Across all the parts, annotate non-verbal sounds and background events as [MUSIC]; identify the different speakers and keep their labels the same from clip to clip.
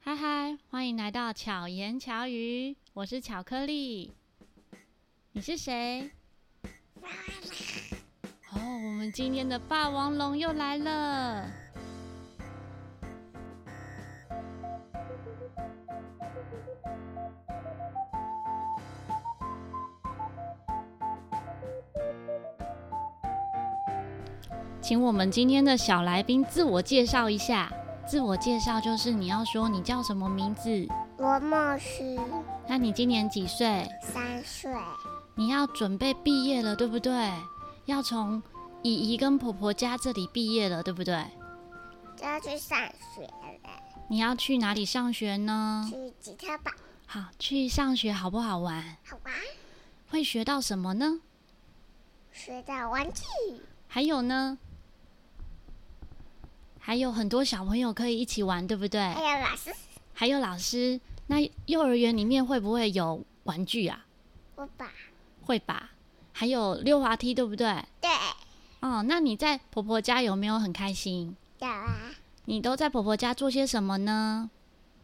Speaker 1: 嗨嗨，欢迎来到巧言巧语，我是巧克力。你是谁？哦，我们今天的霸王龙又来了。请我们今天的小来宾自我介绍一下。自我介绍就是你要说你叫什么名字，
Speaker 2: 罗梦诗，
Speaker 1: 那你今年几岁？
Speaker 2: 三岁，
Speaker 1: 你要准备毕业了，对不对？要从姨姨跟婆婆家这里毕业了，对不对？
Speaker 2: 就要去上学了，
Speaker 1: 你要去哪里上学呢？
Speaker 2: 去吉他吧，
Speaker 1: 好，去上学好不好玩？
Speaker 2: 好吧？
Speaker 1: 会学到什么呢？
Speaker 2: 学到玩具，
Speaker 1: 还有呢？还有很多小朋友可以一起玩，对不对
Speaker 2: 还？有老师，
Speaker 1: 还有老师，那幼儿园里面会不会有玩具啊？
Speaker 2: 我把
Speaker 1: 会吧。还有溜滑梯，对不对？
Speaker 2: 对，
Speaker 1: 哦，那你在婆婆家有没有很开心？
Speaker 2: 有啊，
Speaker 1: 你都在婆婆家做些什么呢？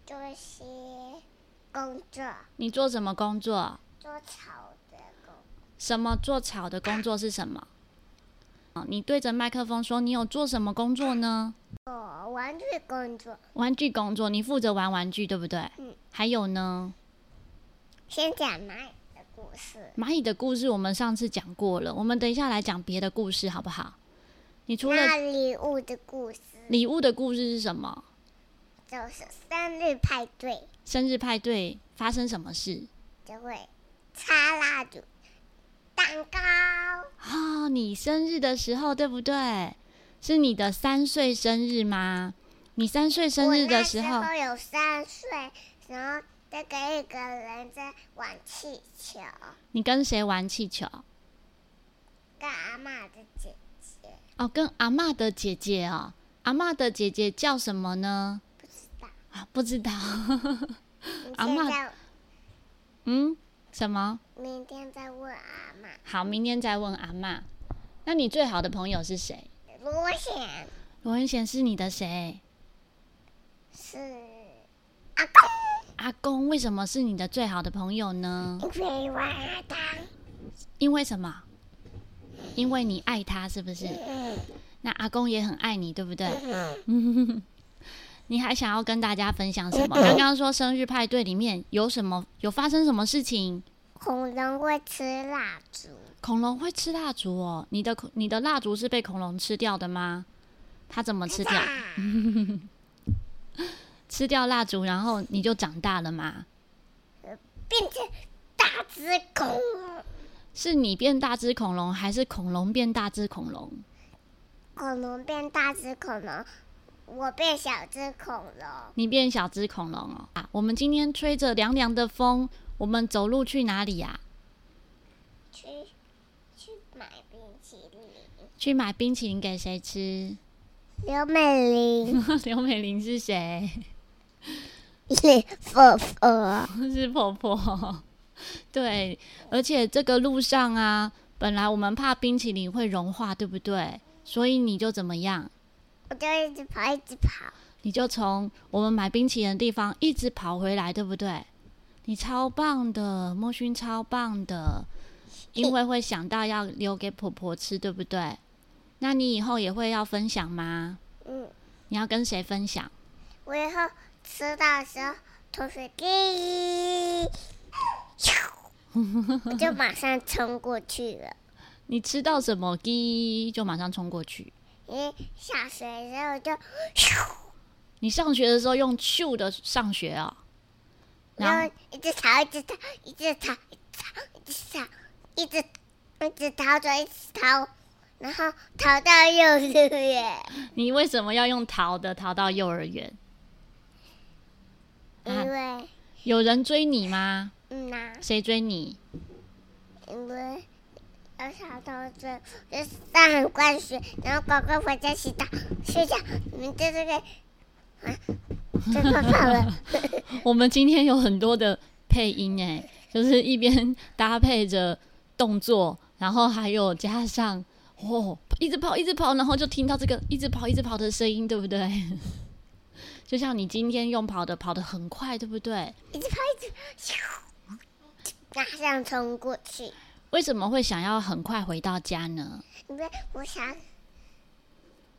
Speaker 2: 做些工作，
Speaker 1: 你做什么工作？
Speaker 2: 做草的工作，
Speaker 1: 什么做草的工作是什么？哦，你对着麦克风说，你有做什么工作呢？
Speaker 2: 哦，玩具工作，
Speaker 1: 玩具工作，你负责玩玩具，对不对？
Speaker 2: 嗯。
Speaker 1: 还有呢，
Speaker 2: 先讲蚂蚁的故事，
Speaker 1: 蚂蚁的故事我们上次讲过了，我们等一下来讲别的故事好不好？你除了
Speaker 2: 那礼物的故事
Speaker 1: 礼物的故事是什么？
Speaker 2: 就是生日派对
Speaker 1: 生日派对发生什么事？
Speaker 2: 就会插蜡烛、蛋糕，
Speaker 1: 啊、你生日的时候对不对？是你的三岁生日吗？你三岁生日的时
Speaker 2: 我
Speaker 1: 候
Speaker 2: 那，时候有三岁，然后再跟一个人在玩气球，
Speaker 1: 你跟谁玩气球？
Speaker 2: 跟阿嬷的姐姐，
Speaker 1: 哦，跟阿嬷的姐姐哦，阿嬷的姐姐叫什么呢？
Speaker 2: 不知道。
Speaker 1: 啊，不知道。
Speaker 2: 明
Speaker 1: 阿
Speaker 2: 天
Speaker 1: 嬷
Speaker 2: 再
Speaker 1: 嗯，什么？
Speaker 2: 明天再问阿嬷。
Speaker 1: 好，明天再问阿嬷。那你最好的朋友是谁？
Speaker 2: 罗显
Speaker 1: 罗文贤是你的谁？
Speaker 2: 是阿公，
Speaker 1: 阿公为什么是你的最好的朋友呢？
Speaker 2: 因为我爱啊他。
Speaker 1: 因为什么？因为你爱他，是不是？那阿公也很爱你，对不对？ [LAUGHS] 你还想要跟大家分享什么？刚刚说生日派对里面有什么？有发生什么事情？
Speaker 2: 恐龙会吃蜡烛，
Speaker 1: 恐龙会吃蜡烛哦？你的恐你的蜡烛是被恐龙吃掉的吗？它怎么吃掉？
Speaker 2: 嗯
Speaker 1: 吃掉蜡烛，然后你就长大了吗？
Speaker 2: 变成大只恐龙。
Speaker 1: 是你变大只恐龙，还是恐龙变大只恐龙？
Speaker 2: 恐龙变大只恐龙，我变小只恐龙。
Speaker 1: 你变小只恐龙哦！啊，我们今天吹着凉凉的风，我们走路去哪里啊呀、
Speaker 2: 去去买冰淇淋。
Speaker 1: 去买冰淇淋给谁吃？
Speaker 2: 刘美玲
Speaker 1: [LAUGHS] 刘美玲是谁？ [LAUGHS]
Speaker 2: 是佛佛，
Speaker 1: 是婆婆。对，而且这个路上啊，本来我们怕冰淇淋会融化，对不对？所以你就怎么样？
Speaker 2: 我就一直跑，一直跑，
Speaker 1: 你就从我们买冰淇淋的地方一直跑回来，对不对？你超棒的，莫勋超棒的，因为会想到要留给婆婆吃，对不对？那你以后也会要分享吗？
Speaker 2: 嗯，
Speaker 1: 你要跟谁分享？
Speaker 2: 我以后吃到的时候，同学给，我就马上冲过去了。
Speaker 1: 你吃到什么鸡就马上冲过去。
Speaker 2: 因为下水的时候我就，
Speaker 1: 你上学的时候用咻的上学哦，然
Speaker 2: 然
Speaker 1: 后
Speaker 2: 后一直逃，一直逃，一直逃，一直逃，一直逃，一直一直逃走，一直逃，然后逃到幼儿园，
Speaker 1: 你为什么要用逃的逃到幼儿园？啊
Speaker 2: 因为
Speaker 1: 有人追你吗？
Speaker 2: 嗯呐、
Speaker 1: 谁追你？
Speaker 2: 因为要小偷追，就上很快学，然后乖乖回家洗澡睡觉。你们在这个啊，真的跑了， [LAUGHS]
Speaker 1: 我们今天有很多的配音哎，就是一边搭配着动作，然后还有加上哦，一直跑一直跑，然后就听到这个一直跑一直跑的声音，对不对？ [LAUGHS] 就像你今天用跑的，跑得很快，对不对？
Speaker 2: 一直跑，一直咻，马上冲过去。
Speaker 1: 为什么会想要很快回到家呢？
Speaker 2: 因为我想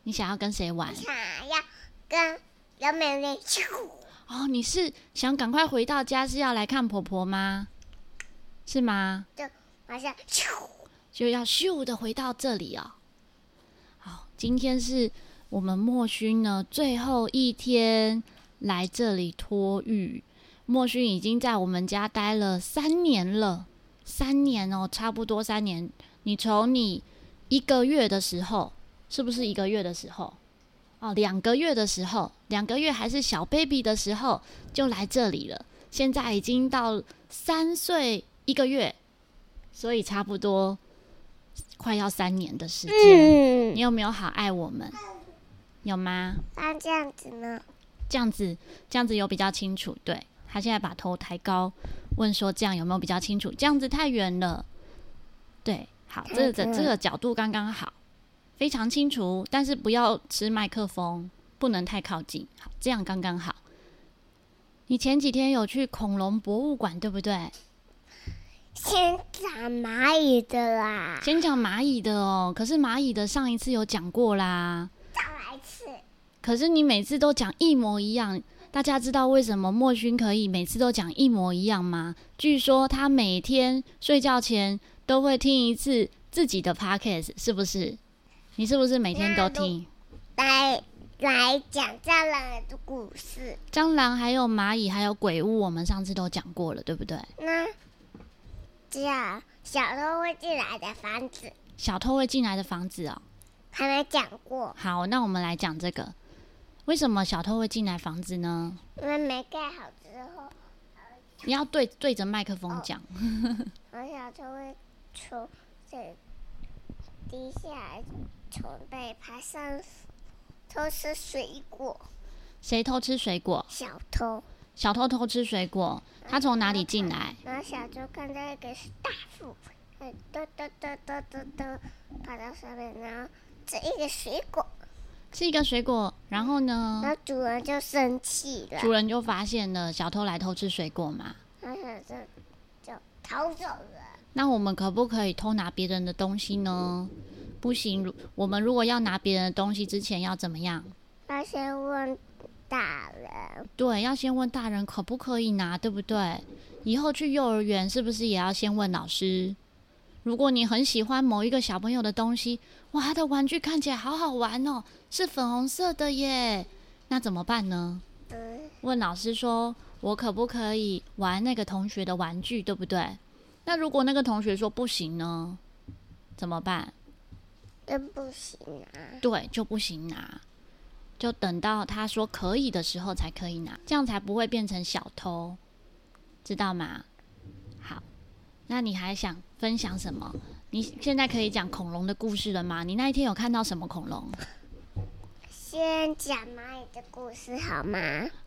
Speaker 1: 你想要跟谁玩？
Speaker 2: 想要跟杨美丽咻，
Speaker 1: 哦，你是想赶快回到家是要来看婆婆吗？是吗？
Speaker 2: 就马上咻，
Speaker 1: 就要咻的回到这里哦。好，今天是我们莫勋呢最后一天来这里托育。莫勋已经在我们家待了三年了，三年哦，差不多三年。你从你一个月的时候，是不是一个月的时候？哦，两个月的时候，两个月还是小 baby 的时候就来这里了。现在已经到三岁一个月，所以差不多快要三年的时间。你
Speaker 2: 嗯，
Speaker 1: 有没有好爱我们？有吗？
Speaker 2: 那这样子呢？
Speaker 1: 这样子，这样子有比较清楚。对他现在把头抬高，问说这样有没有比较清楚？这样子太远了。对，好，这个这个角度刚刚好，非常清楚，但是不要吃麦克风，不能太靠近。好，这样刚刚好。你前几天有去恐龙博物馆，对不对？
Speaker 2: 先长蚂蚁的啦，
Speaker 1: 先讲蚂蚁的哦，可是蚂蚁的上一次有讲过啦。
Speaker 2: 再来一次。
Speaker 1: 可是你每次都讲一模一样，大家知道为什么莫勋可以每次都讲一模一样吗？据说他每天睡觉前都会听一次自己的 podcast，是不是？你是不是每天都听？
Speaker 2: 来来讲蟑螂的故事。
Speaker 1: 蟑螂、还有蚂蚁、还有鬼屋，我们上次都讲过了，对不对？
Speaker 2: 那这样小偷会进来的房子
Speaker 1: 小偷会进来的房子哦。
Speaker 2: 还没讲过，
Speaker 1: 好，那我们来讲这个，为什么小偷会进来房子呢？
Speaker 2: 因为没盖好之后，
Speaker 1: 你要对对着麦克风
Speaker 2: 哦
Speaker 1: 讲。
Speaker 2: 然后小偷会从这滴下来，从那爬上偷吃水果。
Speaker 1: 谁偷吃水果？
Speaker 2: 小偷，
Speaker 1: 小偷偷吃水果，他从哪里进来？
Speaker 2: 然后小偷看到一个大树，呃嘟嘟嘟嘟嘟嘟跑到上面，然后吃一个水果，
Speaker 1: 是一个水果，然后呢
Speaker 2: 然，后主人就生气了。
Speaker 1: 主人就发现了小偷来偷吃水果嘛。
Speaker 2: 然后小偷就逃走了。
Speaker 1: 那我们可不可以偷拿别人的东西呢？不行，如我们如果要拿别人的东西之前要怎么样？
Speaker 2: 那先问大人，
Speaker 1: 对，要先问大人可不可以拿，对不对？以后去幼儿园是不是也要先问老师？如果你很喜欢某一个小朋友的东西，哇，他的玩具看起来好好玩哦，是粉红色的耶，那怎么办呢？
Speaker 2: 嗯，
Speaker 1: 问老师说：“我可不可以玩那个同学的玩具，对不对？”那如果那个同学说不行呢，怎么办？
Speaker 2: 这不行啊，
Speaker 1: 对，就不行拿，就等到他说可以的时候才可以拿，这样才不会变成小偷，知道吗？好，那你还想分享什么？你现在可以讲恐龙的故事了吗？你那一天有看到什么恐龙？
Speaker 2: 先讲蚂蚁的故事好吗？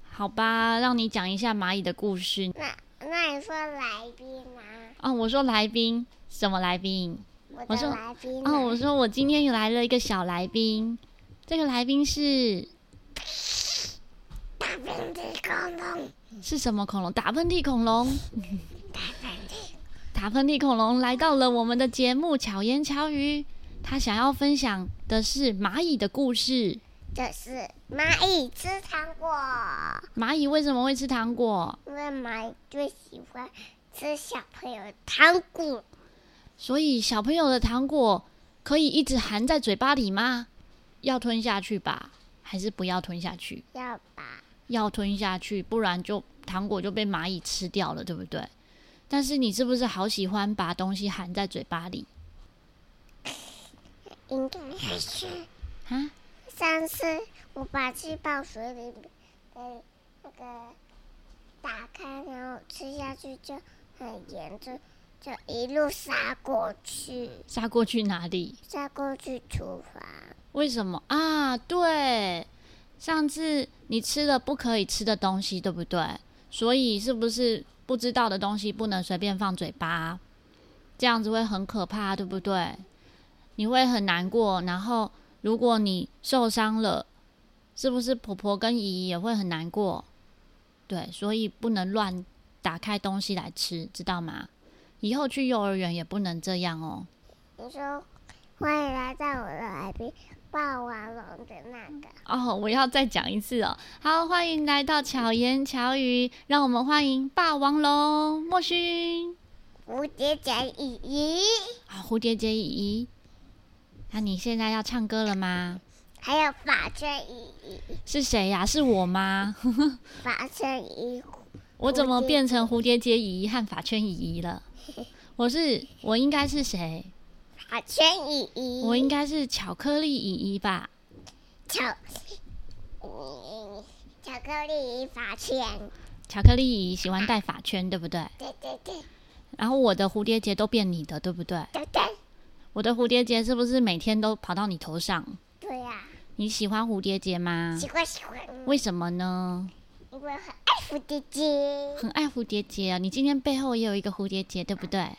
Speaker 1: 好吧，让你讲一下蚂蚁的故事。
Speaker 2: 那那你说来宾啊，
Speaker 1: 哦，我说来宾，什么来宾？
Speaker 2: 我
Speaker 1: 我说
Speaker 2: 的来宾啊呢
Speaker 1: 哦，我说我今天又来了一个小来宾，这个来宾是
Speaker 2: 大笨的恐龙，
Speaker 1: 是什么恐龙？打喷嚏恐龙，
Speaker 2: 大笨的，
Speaker 1: 打喷嚏恐龙来到了我们的节目《巧言巧语》，他想要分享的是蚂蚁的故事。
Speaker 2: 这是蚂蚁吃糖果，
Speaker 1: 蚂蚁为什么会吃糖果？
Speaker 2: 因为蚂蚁最喜欢吃小朋友的糖果，
Speaker 1: 所以小朋友的糖果可以一直含在嘴巴里吗？要吞下去吧，还是不要吞下去？
Speaker 2: 要吧？
Speaker 1: 要吞下去，不然就糖果就被蚂蚁吃掉了，对不对？但是你是不是好喜欢把东西含在嘴巴里
Speaker 2: 应该还是。
Speaker 1: 啊？
Speaker 2: 上次我把气泡水里面的那个打开，然后吃下去就很严重，就一路洒过去，
Speaker 1: 杀过去哪里？
Speaker 2: 洒过去厨房。
Speaker 1: 为什么啊？对，上次你吃了不可以吃的东西，对不对？所以是不是不知道的东西不能随便放嘴巴？这样子会很可怕，对不对？你会很难过，然后如果你受伤了，是不是婆婆跟姨姨也会很难过？对，所以不能乱打开东西来吃，知道吗？以后去幼儿园也不能这样哦。
Speaker 2: 你说欢迎来到我的海边霸王龙的那个，
Speaker 1: 哦，我要再讲一次哦。好，欢迎来到巧言巧语，让我们欢迎霸王龙莫勋
Speaker 2: 蝴蝶结姨姨，
Speaker 1: 啊，蝴蝶结姨姨。那、你现在要唱歌了吗？
Speaker 2: 还有法圈姨姨，
Speaker 1: 是谁呀、是我吗？ [LAUGHS]
Speaker 2: 法圈姨
Speaker 1: 我怎么
Speaker 2: 蝴蝶
Speaker 1: 变成蝴蝶结姨姨和法圈姨姨了？我是我应该是谁？
Speaker 2: 法圈姨姨，
Speaker 1: 我应该是巧克力姨姨吧？
Speaker 2: 巧，嗯，巧克力姨法圈，
Speaker 1: 巧克力姨姨喜欢戴发圈，对不对？
Speaker 2: 对对对
Speaker 1: 然后我的蝴蝶结都变你的，对不对？
Speaker 2: 对对，
Speaker 1: 我的蝴蝶结是不是每天都跑到你头上？
Speaker 2: 对呀、
Speaker 1: 你喜欢蝴蝶结吗？
Speaker 2: 喜欢喜欢，
Speaker 1: 为什么呢？
Speaker 2: 因为很爱蝴蝶结，
Speaker 1: 很爱蝴蝶结啊！你今天背后也有一个蝴蝶结，对不对？
Speaker 2: 嗯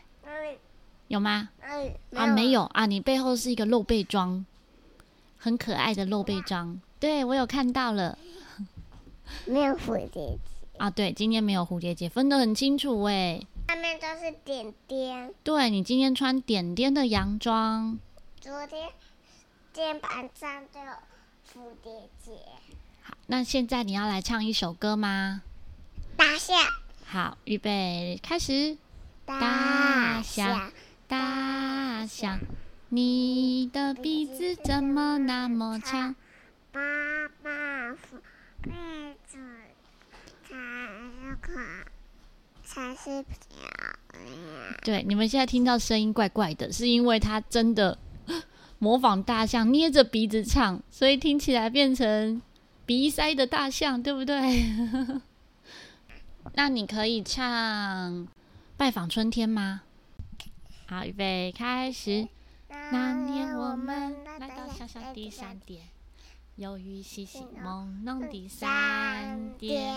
Speaker 1: 有吗？
Speaker 2: 嗯，
Speaker 1: 啊，没有啊，你背后是一个露背装，很可爱的露背装。对我有看到了
Speaker 2: 没有蝴蝶结，
Speaker 1: 啊，对，今天没有蝴蝶结，分得很清楚哎。
Speaker 2: 上面都是点点。
Speaker 1: 对你今天穿点点的洋装，
Speaker 2: 昨天键盘上都有蝴蝶结，
Speaker 1: 好，那现在你要来唱一首歌吗？
Speaker 2: 大象，
Speaker 1: 好，预备，开始。大象，大象，你的鼻子怎么那么长？
Speaker 2: 妈妈扶被子才是可，才是漂亮。
Speaker 1: 对，你们现在听到声音怪怪的，是因为他真的 [GASPS] 模仿大象捏着鼻子唱，所以听起来变成鼻塞的大象，对不对？ [LAUGHS] 那你可以唱《拜访春天》吗？好，预备，开始。那年我们来到小小的山巅，有雨淅淅朦胧的山巅，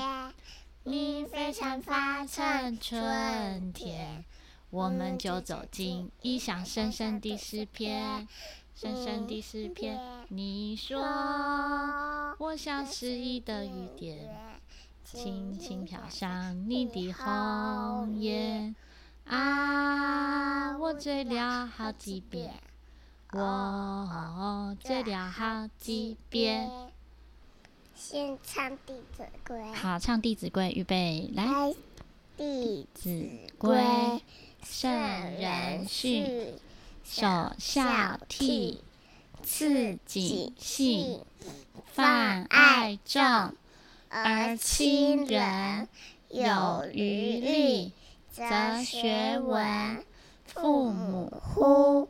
Speaker 1: 你非常发衬春天。我们就走进异想深深的诗篇，深深的诗篇。你说，
Speaker 2: 说
Speaker 1: 我像诗意的雨点，，轻轻飘向你的红颜。啊，我醉了好几遍，我醉了好几遍。。
Speaker 2: 先唱《弟子规》。
Speaker 1: 好，唱《弟子规》，预备，来，《
Speaker 2: 来，《弟
Speaker 1: 子规
Speaker 2: 规》》
Speaker 1: 圣人训，首孝悌。
Speaker 2: 次
Speaker 1: 己信，泛爱众，而亲仁，有余力，则学文。父母
Speaker 2: 呼，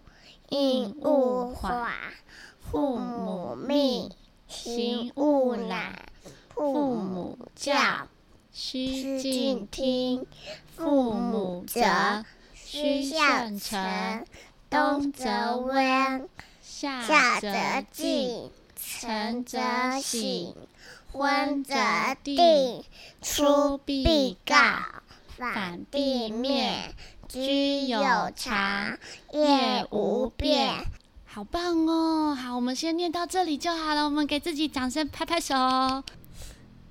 Speaker 1: 应
Speaker 2: 应
Speaker 1: 勿
Speaker 2: 勿
Speaker 1: 缓
Speaker 2: 缓；
Speaker 1: 父
Speaker 2: 父
Speaker 1: 母
Speaker 2: 母
Speaker 1: 命
Speaker 2: 命，，
Speaker 1: 行
Speaker 2: 行
Speaker 1: 勿
Speaker 2: 勿
Speaker 1: 懒
Speaker 2: 懒；
Speaker 1: 父
Speaker 2: 父母
Speaker 1: 母教
Speaker 2: 教，，
Speaker 1: 须
Speaker 2: 须
Speaker 1: 敬听
Speaker 2: 敬听；
Speaker 1: 父母责，须
Speaker 2: 须
Speaker 1: 孝
Speaker 2: 孝
Speaker 1: 诚
Speaker 2: 诚。
Speaker 1: 冬
Speaker 2: 冬
Speaker 1: 则
Speaker 2: 则
Speaker 1: 温，
Speaker 2: 温，
Speaker 1: 夏
Speaker 2: 夏
Speaker 1: 则
Speaker 2: 则
Speaker 1: 静。
Speaker 2: 静，
Speaker 1: 晨
Speaker 2: 晨
Speaker 1: 则省
Speaker 2: 则省，
Speaker 1: 昏
Speaker 2: 昏
Speaker 1: 则
Speaker 2: 则
Speaker 1: 定
Speaker 2: 定，
Speaker 1: 出
Speaker 2: 出
Speaker 1: 必
Speaker 2: 必
Speaker 1: 告
Speaker 2: 告，
Speaker 1: 反
Speaker 2: 反
Speaker 1: 地
Speaker 2: 地
Speaker 1: 面
Speaker 2: 面，
Speaker 1: 居
Speaker 2: 居
Speaker 1: 有
Speaker 2: 有
Speaker 1: 常
Speaker 2: 常，
Speaker 1: 业
Speaker 2: 业
Speaker 1: 无
Speaker 2: 无
Speaker 1: 变
Speaker 2: 变。
Speaker 1: 好棒哦！好，我们先念到这里就好了，我们给自己掌声，拍拍手。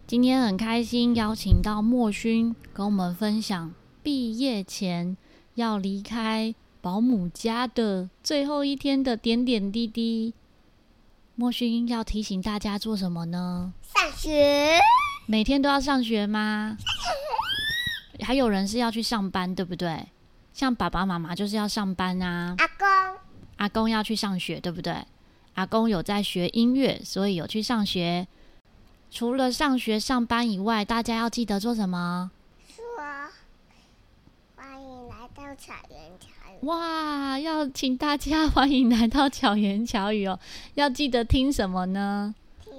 Speaker 1: 今天很开心，邀请到莫勋跟我们分享毕业前要离开保姆家的最后一天的点点滴滴。莫勋要提醒大家做什么呢？
Speaker 2: 上学，
Speaker 1: 每天都要上学吗？还有人是要去上班，对不对？像爸爸妈妈就是要上班啊。
Speaker 2: 阿公，
Speaker 1: 阿公要去上学，对不对？阿公有在学音乐，所以有去上学。除了上学、上班以外，大家要记得做什么？
Speaker 2: 说，欢迎来到草原草原，
Speaker 1: 哇，要请大家欢迎来到巧言巧语哦！要记得听什么呢？
Speaker 2: 听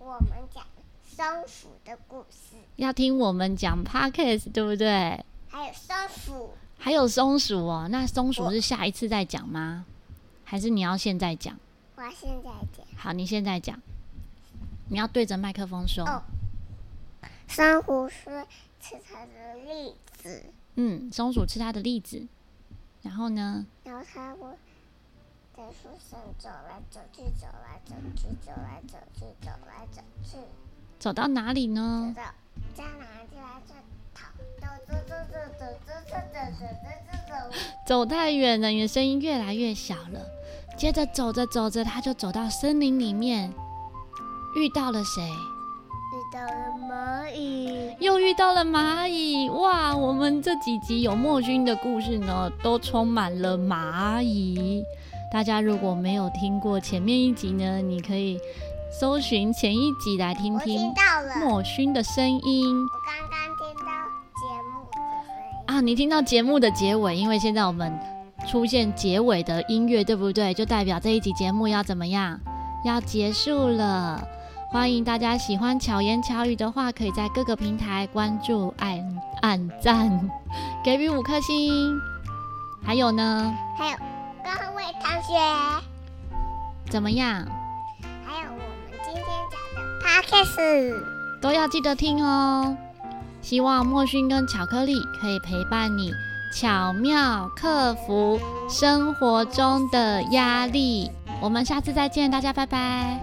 Speaker 2: 我们讲松鼠的故事，
Speaker 1: 要听我们讲 podcast，对不对？
Speaker 2: 还有松鼠，
Speaker 1: 还有松鼠哦，那松鼠是下一次再讲吗？还是你要现在讲？
Speaker 2: 我现在讲
Speaker 1: 好，你现在讲，你要对着麦克风说。
Speaker 2: 哦松鼠是吃它的栗子，
Speaker 1: 嗯，松鼠吃它的栗子，然后呢？
Speaker 2: 然后它会在树上走来走去，走来走去，走来走去，走来走去，
Speaker 1: 走到哪里
Speaker 2: 走
Speaker 1: 呢？
Speaker 2: 到蟑螂就来这逃，走走走走走走走走走走走走，
Speaker 1: 走太远了，你的声音越来越小了。接着走着走着，他就走到森林里面，遇到了谁？
Speaker 2: 遇到了蚂蚁，
Speaker 1: 又遇到了蚂蚁。哇，我们这几集有墨君的故事呢，都充满了蚂蚁。大家如果没有听过前面一集呢，你可以搜寻前一集来听
Speaker 2: 我听
Speaker 1: 听
Speaker 2: 到了，
Speaker 1: 墨君的声音。
Speaker 2: 我刚刚听到节目的声音。
Speaker 1: 啊，你听到节目的结尾，因为现在我们出现结尾的音乐，对不对？就代表这一集节目要怎么样？要结束了。欢迎大家喜欢巧言巧语的话，可以在各个平台关注、按按赞，给予五颗星。还有呢，
Speaker 2: 还有各位同学，
Speaker 1: 怎么样
Speaker 2: 还有我们今天讲的 podcast，
Speaker 1: 都要记得听哦。希望墨勋跟巧克力可以陪伴你，巧妙克服生活中的压力。我们下次再见，大家拜拜。